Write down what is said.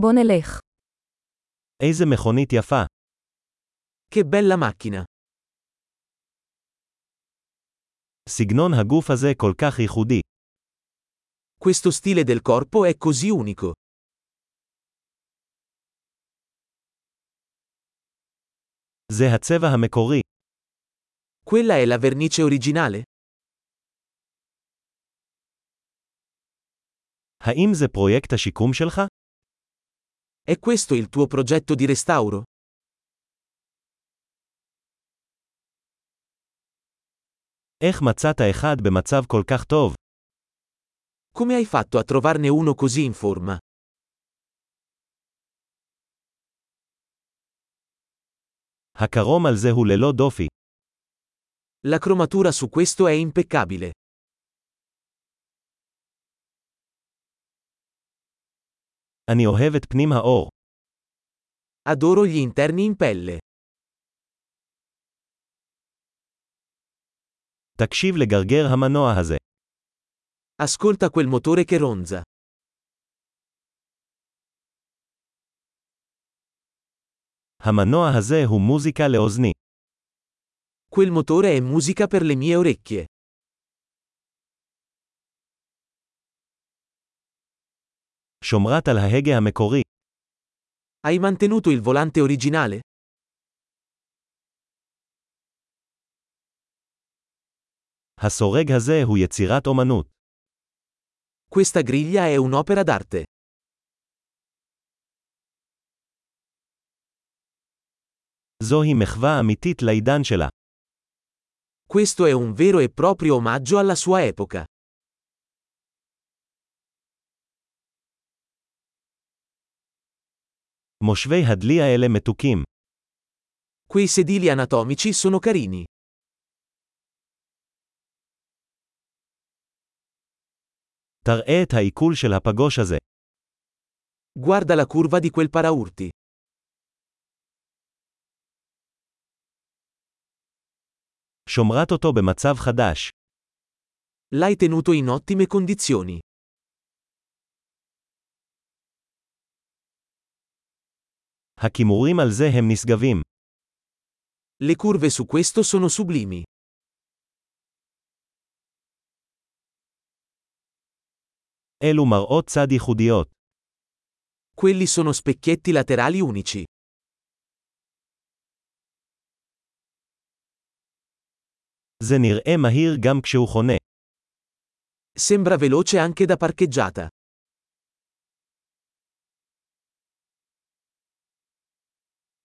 בוא נלך. איזה מכונית יפה. Che bella macchina! סגנון הגוף הזה כל כך ייחודי. Questo stile del corpo è così unico. זה הצבע המקורי. Quella è la vernice originale? האם זה פרויקט השיקום שלך? È questo il tuo progetto di restauro? איך מצאת אחד במצב כל כך טוב? Come hai fatto a trovarne uno così in forma? הקרום על זה הוא ללא דופי. La cromatura su questo è impeccabile. אני אוהב את פנים האור. Adoro gli interni in pelle. תקשיב לגרגר המנוע הזה. Ascolta quel motore che ronza. המנוע הזה הוא מוזיקה לאוזני. Quel motore è musica per le mie orecchie. שומרת על ההגה המקורי. Hai mantenuto il volante originale? הסורג הזה הוא יצירת אומנות. Questa griglia è un'opera d'arte. זוהי מחווה אמיתית לעידן שלה. Questo è un vero e proprio omaggio alla sua epoca. מושבי הדלי האלה מתוקים. Quei sedili anatomici sono carini. תראה את העיכול של הפגוש הזה. Guarda la curva di quel paraurti. שומרת אותו במצב חדש. L'hai tenuto in ottime condizioni. הכימורים על זה הם נשגבים. Le curve su questo sono sublimi. אלו מראות צד ייחודיות. Quelli sono specchietti laterali unici. זה נראה מהיר גם כשהוא חונה. Sembra veloce anche da parcheggiata.